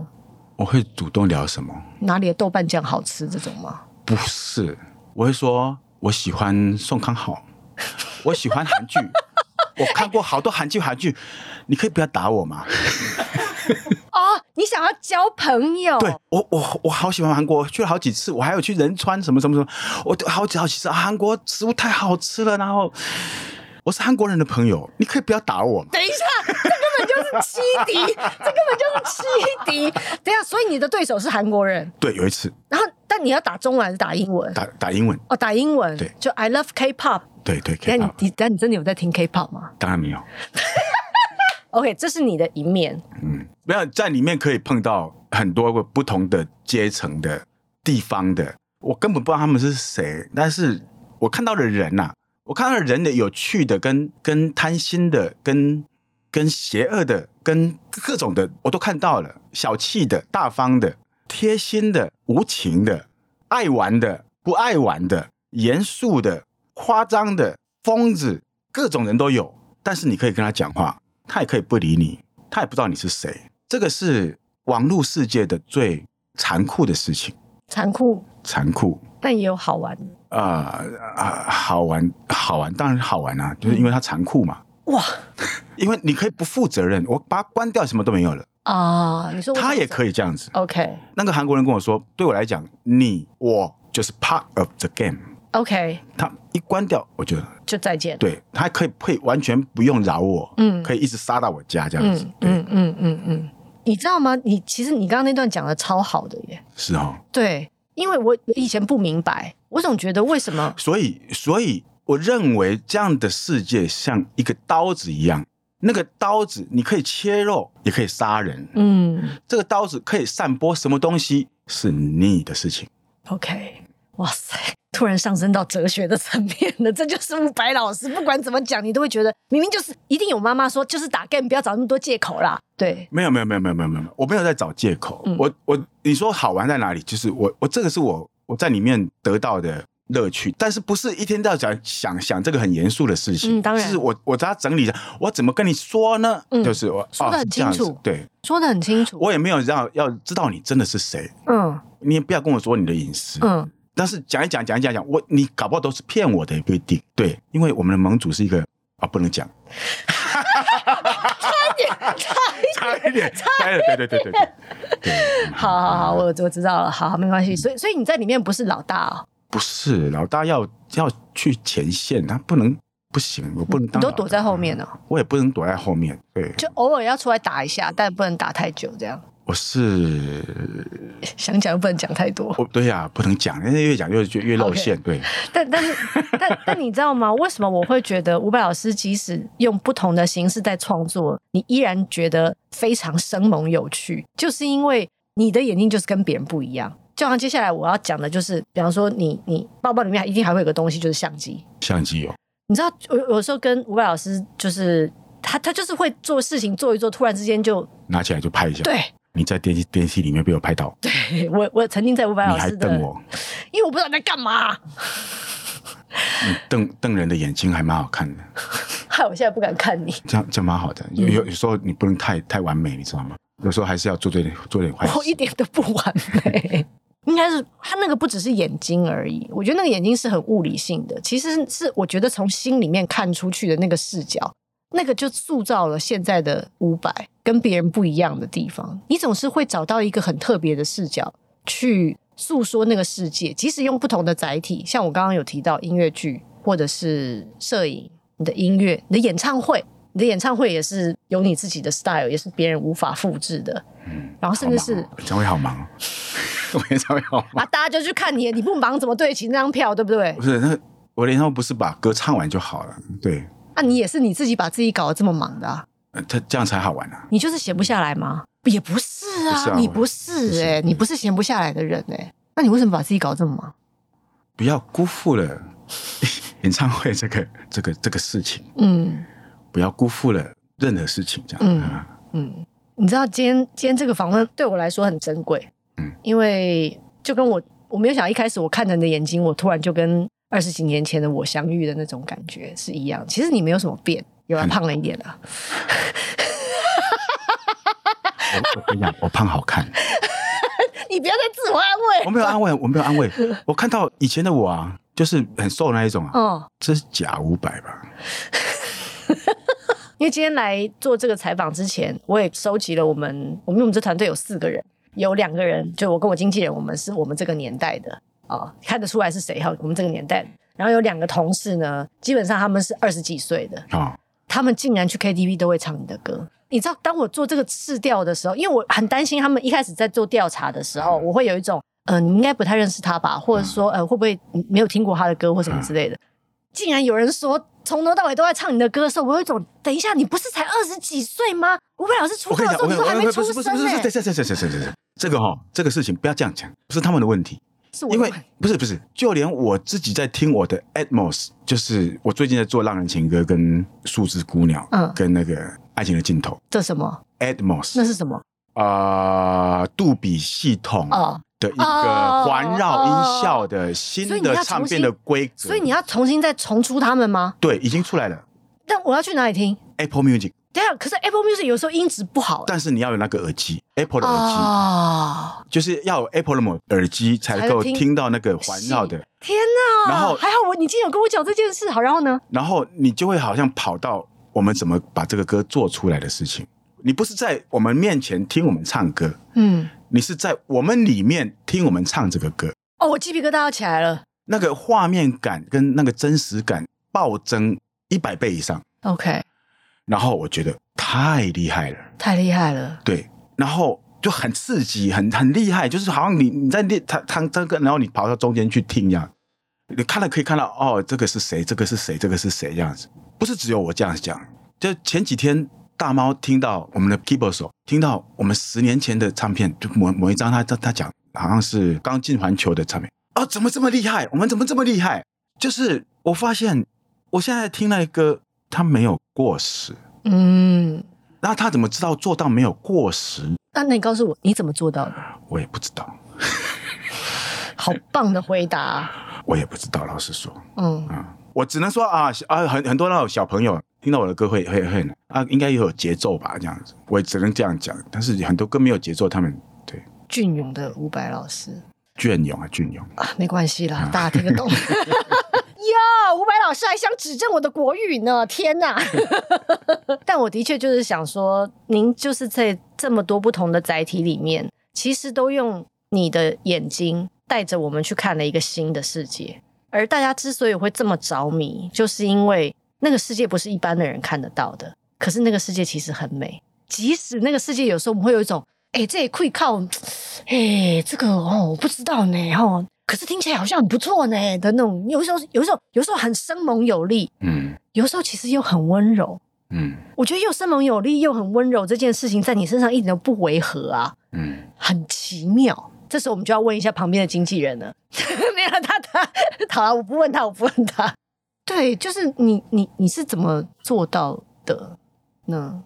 [SPEAKER 2] 我会主动聊什么？
[SPEAKER 1] 哪里的豆瓣酱好吃这种吗？
[SPEAKER 2] 不是，我会说我喜欢宋康昊，我喜欢韩剧，我看过好多韩剧，韩剧，你可以不要打我吗？
[SPEAKER 1] 哦，你想要交朋友？
[SPEAKER 2] 对我，我我好喜欢韩国，我去了好几次，我还有去仁川什么什么什么，我都好几好几次，啊韩国食物太好吃了，然后我是韩国人的朋友，你可以不要打我吗？
[SPEAKER 1] 等一下，这根本就是欺敌， (laughs) 这根本就是欺敌。等一下，所以你的对手是韩国人，
[SPEAKER 2] 对，有一次
[SPEAKER 1] 然后但你要打中文还是打英文？
[SPEAKER 2] 打打英文，
[SPEAKER 1] 哦，打英文。
[SPEAKER 2] 对
[SPEAKER 1] 就 I love K-pop。
[SPEAKER 2] 对对，可
[SPEAKER 1] 等一
[SPEAKER 2] 以
[SPEAKER 1] 下
[SPEAKER 2] 打
[SPEAKER 1] 你，你但你真的有在听 K-pop 吗
[SPEAKER 2] 当然没有，
[SPEAKER 1] ？OK，这是你的一面。
[SPEAKER 2] 嗯，没有在里面可以碰到很多个不同的阶层的地方的，我根本不知道他们是谁，但是我看到的人呐、我看到的人的有趣的，跟跟贪心的，跟跟邪恶的，跟各种的，我都看到了，小气的、大方的、贴心的、无情的、爱玩的、不爱玩的、严肃的、夸张的、疯子，各种人都有。但是你可以跟他讲话，他也可以不理你，他也不知道你是谁。这个是网络世界的最残酷的事情，
[SPEAKER 1] 残酷，
[SPEAKER 2] 残酷
[SPEAKER 1] 但也有好玩。
[SPEAKER 2] 啊啊、好玩好玩，当然好玩啊，就是因为它残酷嘛。
[SPEAKER 1] 哇
[SPEAKER 2] 因为你可以不负责任，我把它关掉，什么都没有了。
[SPEAKER 1] 啊！你说
[SPEAKER 2] 他也
[SPEAKER 1] 以
[SPEAKER 2] 可以这样子。
[SPEAKER 1] ？OK
[SPEAKER 2] 那个韩国人跟我说，对我来讲，你我就是 part of the game。
[SPEAKER 1] OK，
[SPEAKER 2] 他一关掉，我就
[SPEAKER 1] 就再见。
[SPEAKER 2] 对他可以配完全不用饶我，
[SPEAKER 1] 嗯
[SPEAKER 2] 可以一直杀到我家这样子。
[SPEAKER 1] 嗯，
[SPEAKER 2] 对，
[SPEAKER 1] 嗯嗯嗯嗯，你知道吗？你其实你刚刚那段讲的超好的耶。
[SPEAKER 2] 是哦。
[SPEAKER 1] 对，因为我以前不明白，我总觉得为什么
[SPEAKER 2] 所以，所以我认为这样的世界像一个刀子一样，那个刀子你可以切肉，也可以杀人。
[SPEAKER 1] 嗯
[SPEAKER 2] 这个刀子可以散播什么东西是你的事情。
[SPEAKER 1] OK，哇塞。突然上升到哲学的层面了，这就是伍佰老师。不管怎么讲，你都会觉得明明就是一定有妈妈说，就是打 game，不要找那么多借口啦。对，
[SPEAKER 2] 没有没有没有没有没有没有，我没有在找借口。
[SPEAKER 1] 嗯
[SPEAKER 2] 我我你说好玩在哪里？就是我我这个是我我在里面得到的乐趣，但是不是一天到晚想想想这个很严肃的事情。
[SPEAKER 1] 嗯当然
[SPEAKER 2] 是我我把它整理一下，我怎么跟你说呢？
[SPEAKER 1] 嗯
[SPEAKER 2] 就是我
[SPEAKER 1] 说得
[SPEAKER 2] 哦
[SPEAKER 1] 很
[SPEAKER 2] 这样子
[SPEAKER 1] 清楚
[SPEAKER 2] 对
[SPEAKER 1] 说的很清楚。
[SPEAKER 2] 我也没有要要知道你真的是谁，
[SPEAKER 1] 嗯
[SPEAKER 2] 你也不要跟我说你的隐私。
[SPEAKER 1] 嗯，
[SPEAKER 2] 但是讲一讲讲一讲讲，我你搞不好都是骗我的，也不一定。对，因为我们的盟主是一个啊，不能讲。差一点，差一点，差一点，对对对对对。
[SPEAKER 1] 好好
[SPEAKER 2] 嗯
[SPEAKER 1] 好，我我知道了，好，没关系。所以所以你在里面不是老大哦，
[SPEAKER 2] 不是老大要要去前线，他不能不行，我不能
[SPEAKER 1] 你
[SPEAKER 2] 当
[SPEAKER 1] 都
[SPEAKER 2] 老
[SPEAKER 1] 躲
[SPEAKER 2] 大嗯
[SPEAKER 1] 在后面哦，
[SPEAKER 2] 我也不能躲在后面。对，
[SPEAKER 1] 就偶尔要出来打一下，但不能打太久，这样 (laughs)
[SPEAKER 2] 我是
[SPEAKER 1] 想讲又不能讲太多。
[SPEAKER 2] 我对呀、不能讲，因为越讲越越越露
[SPEAKER 1] OK
[SPEAKER 2] 馅。对，
[SPEAKER 1] 但但
[SPEAKER 2] (laughs)
[SPEAKER 1] 是但但你知道吗？为什么我会觉得伍佰老师即使用不同的形式在创作，你依然觉得非常生猛有趣，就是因为你的眼睛就是跟别人不一样。就好像接下来我要讲的就是，比方说你你包包里面一定还会有个东西，就是相机。
[SPEAKER 2] 相机有
[SPEAKER 1] 你知道，我有时候跟伍佰老师就是他他就是会做事情做一做，突然之间就
[SPEAKER 2] 拿起来就拍一下。
[SPEAKER 1] 对，
[SPEAKER 2] 你在电梯电梯里面被我拍到，
[SPEAKER 1] 对我我曾经在伍佰老
[SPEAKER 2] 你还
[SPEAKER 1] 师的，
[SPEAKER 2] 瞪我，
[SPEAKER 1] 因为我不知道你在干嘛，
[SPEAKER 2] 你瞪瞪人的眼睛还蛮好看的，
[SPEAKER 1] 害我现在不敢看你。
[SPEAKER 2] 这样这样蛮好的。有有有时候你不能太太完美，你知道吗？有时候还是要做对做点坏
[SPEAKER 1] 哦我一
[SPEAKER 2] 事。
[SPEAKER 1] 点都不完美。 (laughs) 应该是他那个不只是眼睛而已，我觉得那个眼睛是很物理性的，其实是我觉得从心里面看出去的那个视角，那个就塑造了现在的伍佰跟别人不一样的地方。你总是会找到一个很特别的视角去诉说那个世界，即使用不同的载体，像我刚刚有提到音乐剧或者是摄影，你的音乐、你的演唱会，你的演唱会也是有你自己的 style，也是别人无法复制的。然后甚至是
[SPEAKER 2] 好忙哦演唱会好忙哦， (laughs) 我演唱会好忙。
[SPEAKER 1] 啊，大家就去看你，你不忙怎么对得起那张票，对不对
[SPEAKER 2] 不？是，那我演唱会不是把歌唱完就好了，对，
[SPEAKER 1] 那、啊你也是你自己把自己搞得这么忙的啊、
[SPEAKER 2] 呃他这样才好玩啊。
[SPEAKER 1] 你就是闲不下来吗？也不是啊，
[SPEAKER 2] 不是啊
[SPEAKER 1] 你
[SPEAKER 2] 我
[SPEAKER 1] 不是
[SPEAKER 2] 不是
[SPEAKER 1] 哎、你不是闲不下来的人哎、那你为什么把自己搞得这么忙？
[SPEAKER 2] 不要辜负了 (laughs) 演唱会这个这个这个事情，
[SPEAKER 1] 嗯
[SPEAKER 2] 不要辜负了任何事情，这样。
[SPEAKER 1] 嗯
[SPEAKER 2] 啊
[SPEAKER 1] 嗯，你知道今天今天这个访问对我来说很珍贵，
[SPEAKER 2] 嗯，
[SPEAKER 1] 因为就跟我我没有想到一开始我看着你的眼睛，我突然就跟二十几年前的我相遇的那种感觉是一样。其实你没有什么变，有人
[SPEAKER 2] 嗯
[SPEAKER 1] 胖了一点了、啊。 (laughs)
[SPEAKER 2] 我我跟你讲，我胖好看，
[SPEAKER 1] 你不要再自我安慰。
[SPEAKER 2] 我没有安慰，我没有安慰，我看到以前的我啊，就是很瘦那一种啊，
[SPEAKER 1] 哦，
[SPEAKER 2] 这是假五百吧？
[SPEAKER 1] 因为今天来做这个采访之前，我也收集了我们，我们我们这团队有四个人，有两个人就我跟我经纪人，我们是我们这个年代的啊、哦看得出来是谁哈，我们这个年代的。然后有两个同事呢，基本上他们是二十几岁的，
[SPEAKER 2] 哦，
[SPEAKER 1] 他们竟然去 KTV 都会唱你的歌。你知道，当我做这个试调的时候，因为我很担心他们一开始在做调查的时候，我会有一种，嗯、你们应该不太认识他
[SPEAKER 2] 嗯
[SPEAKER 1] 吧，或者说，呃，会不会你没有听过他的歌或什么之类的。竟然有人说从头到尾都在唱你的歌的时候，我有一种，等一下，你不是才二十几岁吗？伍佰老师出
[SPEAKER 2] 我
[SPEAKER 1] 道
[SPEAKER 2] 跟你
[SPEAKER 1] 的时
[SPEAKER 2] 讲，
[SPEAKER 1] 候，你都
[SPEAKER 2] 我跟你
[SPEAKER 1] 还
[SPEAKER 2] 讲，
[SPEAKER 1] 没
[SPEAKER 2] 不
[SPEAKER 1] 出
[SPEAKER 2] 是不是
[SPEAKER 1] 生
[SPEAKER 2] 不是，
[SPEAKER 1] 呢、
[SPEAKER 2] 这这这这这这这这这个哈，这个事情不要这样讲，不是他们的问题，
[SPEAKER 1] 是我
[SPEAKER 2] 因
[SPEAKER 1] 的
[SPEAKER 2] 为
[SPEAKER 1] 问题
[SPEAKER 2] 不是不是，就连我自己在听我的 Atmos，就是我最近在做《浪人情歌》跟《数字姑娘》，
[SPEAKER 1] 嗯
[SPEAKER 2] 跟那个《爱情的尽头
[SPEAKER 1] 这什么？》那
[SPEAKER 2] Atmos
[SPEAKER 1] 是什么？
[SPEAKER 2] 啊、呃杜比系统
[SPEAKER 1] 哦，
[SPEAKER 2] 的一个环绕音效的新
[SPEAKER 1] 所以你
[SPEAKER 2] 的
[SPEAKER 1] 要
[SPEAKER 2] 唱
[SPEAKER 1] 重
[SPEAKER 2] 片
[SPEAKER 1] 新
[SPEAKER 2] 的规格，
[SPEAKER 1] 所以你要重新再重出他们吗？
[SPEAKER 2] 对已经出来了
[SPEAKER 1] 但我要去哪里听？
[SPEAKER 2] Apple Music，
[SPEAKER 1] 等一下，可是 Apple Music 有时候音质不好、欸。
[SPEAKER 2] 但是你要有那个耳机 Apple 的耳机。
[SPEAKER 1] 哦，
[SPEAKER 2] 就是要有 Apple 的耳机才能
[SPEAKER 1] 才能
[SPEAKER 2] 够
[SPEAKER 1] 听
[SPEAKER 2] 听到那个环绕的，
[SPEAKER 1] 天哪！
[SPEAKER 2] 然后
[SPEAKER 1] 还好我你今天有跟我讲这件事，好，然后呢？
[SPEAKER 2] 然后你就会好像跑到我们怎么把这个歌做出来的事情。你不是在我们面前听我们唱歌，
[SPEAKER 1] 嗯，
[SPEAKER 2] 你是在我们里面听我们唱这个歌，
[SPEAKER 1] 哦，我鸡皮疙瘩要起来了。
[SPEAKER 2] 那个画面感跟那个真实感暴增一百倍以上。
[SPEAKER 1] OK，
[SPEAKER 2] 然后我觉得太厉害了，
[SPEAKER 1] 太厉害了。
[SPEAKER 2] 对，然后就很刺激，很很厉害，就是好像你你在练他他这个，然后你跑到中间去听一样，你看了可以看到哦，这个是谁，这个是谁，这个是谁这样子，不是只有我这样讲。就前几天大猫听到我们的 keyboard 手，听到我们十年前的唱片，就某某一张他他他讲好像是刚进环球的唱片，哦，怎么这么厉害？我们怎么这么厉害？就是我发现我现在听那个歌，它没有过时。
[SPEAKER 1] 嗯，
[SPEAKER 2] 那他怎么知道做到没有过时
[SPEAKER 1] 那那你告诉我你怎么做到的？
[SPEAKER 2] 我也不知道，
[SPEAKER 1] 好棒的回答。啊
[SPEAKER 2] 我也不知道。老实说，
[SPEAKER 1] 嗯，
[SPEAKER 2] 啊、我只能说啊啊，很很多那种小朋友听到我的歌会会会很啊，应该也有节奏吧，这样子，我也只能这样讲。但是很多歌没有节奏，他们对
[SPEAKER 1] 隽永的伍佰老师
[SPEAKER 2] 隽永啊，隽永，
[SPEAKER 1] 啊，没关系啦，大家听得懂。哟，伍佰老师还想指正我的国语呢！天哪！ (laughs) 但我的确就是想说，您就是在这么多不同的载体里面，其实都用你的眼睛带着我们去看了一个新的世界。而大家之所以会这么着迷，就是因为那个世界不是一般的人看得到的。可是那个世界其实很美，即使那个世界有时候我们会有一种，哎、这也可以靠，哎、这个哦，我不知道呢，哦，可是听起来好像很不错呢的那种。有时候，有时候，有时候很生猛有力，
[SPEAKER 2] 嗯
[SPEAKER 1] 有时候其实又很温柔。
[SPEAKER 2] 嗯
[SPEAKER 1] 我觉得又生猛有力又很温柔这件事情，在你身上一点都不违和啊，
[SPEAKER 2] 嗯，
[SPEAKER 1] 很奇妙。这时候我们就要问一下旁边的经纪人了。 (laughs) 没有他，他好啊，我不问他，我不问他。对，就是你，你你是怎么做到的呢？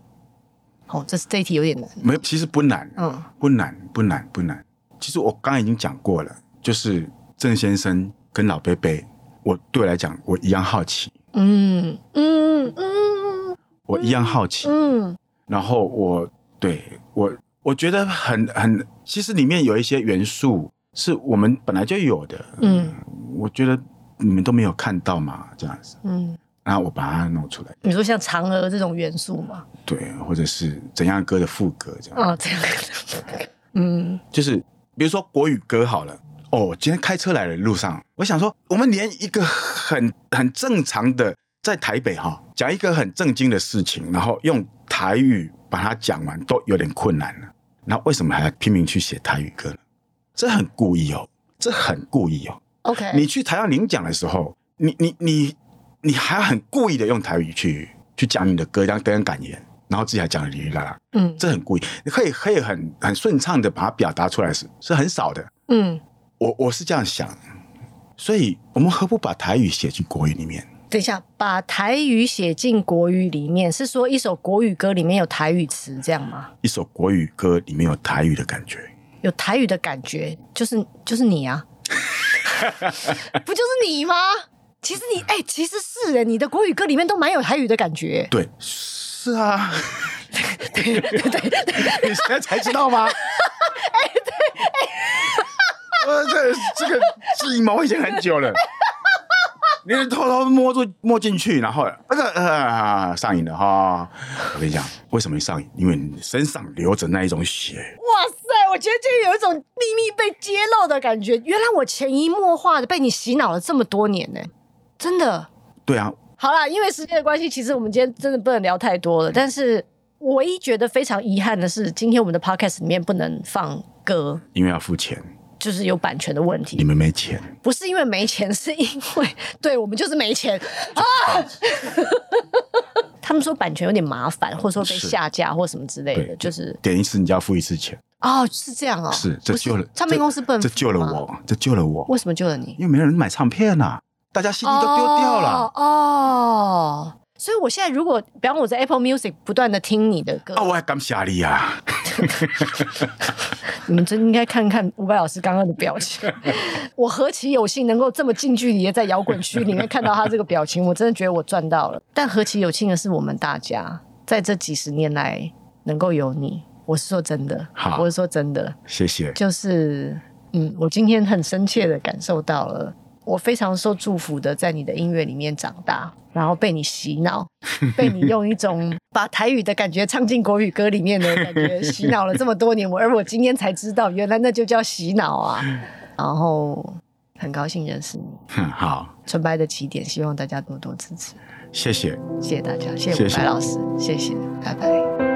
[SPEAKER 1] 哦，这是这一题有点难。
[SPEAKER 2] 没有，其实不难，
[SPEAKER 1] 嗯
[SPEAKER 2] 不难，不难，不难。其实我刚刚已经讲过了，就是郑先生跟老贝贝，我对我来讲，我一样好奇，
[SPEAKER 1] 嗯嗯嗯
[SPEAKER 2] 我一样好奇。
[SPEAKER 1] 嗯
[SPEAKER 2] 然后我对我，我觉得很很，其实里面有一些元素是我们本来就有的，
[SPEAKER 1] 嗯，
[SPEAKER 2] 我觉得你们都没有看到嘛，这样子，
[SPEAKER 1] 嗯，
[SPEAKER 2] 然后我把它弄出来，
[SPEAKER 1] 你说像嫦娥这种元素嘛？
[SPEAKER 2] 对，或者是怎样歌的副歌这样，
[SPEAKER 1] 啊，这样，嗯
[SPEAKER 2] 就是比如说国语歌好了。哦，我今天开车来的路上，我想说，我们连一个很很正常的在台北哈、讲一个很正经的事情，然后用台语把它讲完，都有点困难了。那为什么还要拼命去写台语歌呢？这很故意哦，这很故意哦。
[SPEAKER 1] ，OK，
[SPEAKER 2] 你去台上领奖的时候，你你你你还很故意的用台语去去讲你的歌，让别人感言，然后自己还讲的哩哩啦啦，
[SPEAKER 1] 嗯
[SPEAKER 2] 这很故意。你可以可以很很顺畅的把它表达出来是是很少的。
[SPEAKER 1] 嗯，
[SPEAKER 2] 我我是这样想，所以我们何不把台语写进国语里面？
[SPEAKER 1] 等一下，把台语写进国语里面，是说一首国语歌里面有台语词这样吗？
[SPEAKER 2] 一首国语歌里面有台语的感觉，
[SPEAKER 1] 有台语的感觉，就是就是你啊， (laughs) 不就是你吗？其实你哎、其实是哎、你的国语歌里面都蛮有台语的感觉。
[SPEAKER 2] 对，
[SPEAKER 1] (laughs)
[SPEAKER 2] 是啊，你现在才知道
[SPEAKER 1] (laughs)
[SPEAKER 2] 吗？
[SPEAKER 1] 哎
[SPEAKER 2] 呃，这这个计谋已经很久了，你偷偷摸住摸进去，然后呃呃上瘾了哈。我跟你讲，为什么上瘾？因为你身上流着那一种血，
[SPEAKER 1] 哇塞，我觉得就有一种秘密被揭露的感觉。原来我潜移默化的被你洗脑了这么多年呢、真的。
[SPEAKER 2] 对啊，
[SPEAKER 1] 好啦，因为时间的关系，其实我们今天真的不能聊太多了。但是我唯一觉得非常遗憾的是，今天我们的 podcast 里面不能放歌，
[SPEAKER 2] 因为要付钱，
[SPEAKER 1] 就是有版权的问题
[SPEAKER 2] 你。们没钱，
[SPEAKER 1] 不是因为没钱，是因为对我们就是没
[SPEAKER 2] (laughs)
[SPEAKER 1] 钱啊。他们说版权有点麻烦，或者说被
[SPEAKER 2] 是
[SPEAKER 1] 下架或什么之类的，
[SPEAKER 2] 对
[SPEAKER 1] 就是
[SPEAKER 2] 点一次你就要付一次钱，
[SPEAKER 1] 哦，是这样哦，
[SPEAKER 2] 是这
[SPEAKER 1] 不是
[SPEAKER 2] 救了
[SPEAKER 1] 唱片公司不能
[SPEAKER 2] 这
[SPEAKER 1] 付
[SPEAKER 2] 救了
[SPEAKER 1] 吗。
[SPEAKER 2] 我，这救了我，
[SPEAKER 1] 为什么救了你？
[SPEAKER 2] 因为没人买唱片啦、大家 CD 都丢掉了。
[SPEAKER 1] 哦哦。所以我现在如果，比方我在 Apple Music 不断的听你的歌，
[SPEAKER 2] 啊，我还感谢你啊！
[SPEAKER 1] 你们真应该看看伍佰老师刚刚的表情。我何其有幸能够这么近距离的在摇滚区里面看到他这个表情，我真的觉得我赚到了。但何其有幸的是，我们大家在这几十年来能够有你，我是说真的，
[SPEAKER 2] 好
[SPEAKER 1] 我是说真的，
[SPEAKER 2] 谢谢，
[SPEAKER 1] 就是嗯，我今天很深切的感受到了。我非常受祝福的，在你的音乐里面长大，然后被你洗脑，被你用一种把台语的感觉唱进国语歌里面的感觉洗脑了这么多年，我而我今天才知道，原来那就叫洗脑啊！ (laughs) 然后很高兴认识你，
[SPEAKER 2] 哼好，
[SPEAKER 1] 纯白的起点，希望大家多多支持，
[SPEAKER 2] 谢谢。
[SPEAKER 1] 谢谢大家，谢
[SPEAKER 2] 谢
[SPEAKER 1] 谢伍
[SPEAKER 2] 谢
[SPEAKER 1] 佰老师，谢谢，拜拜。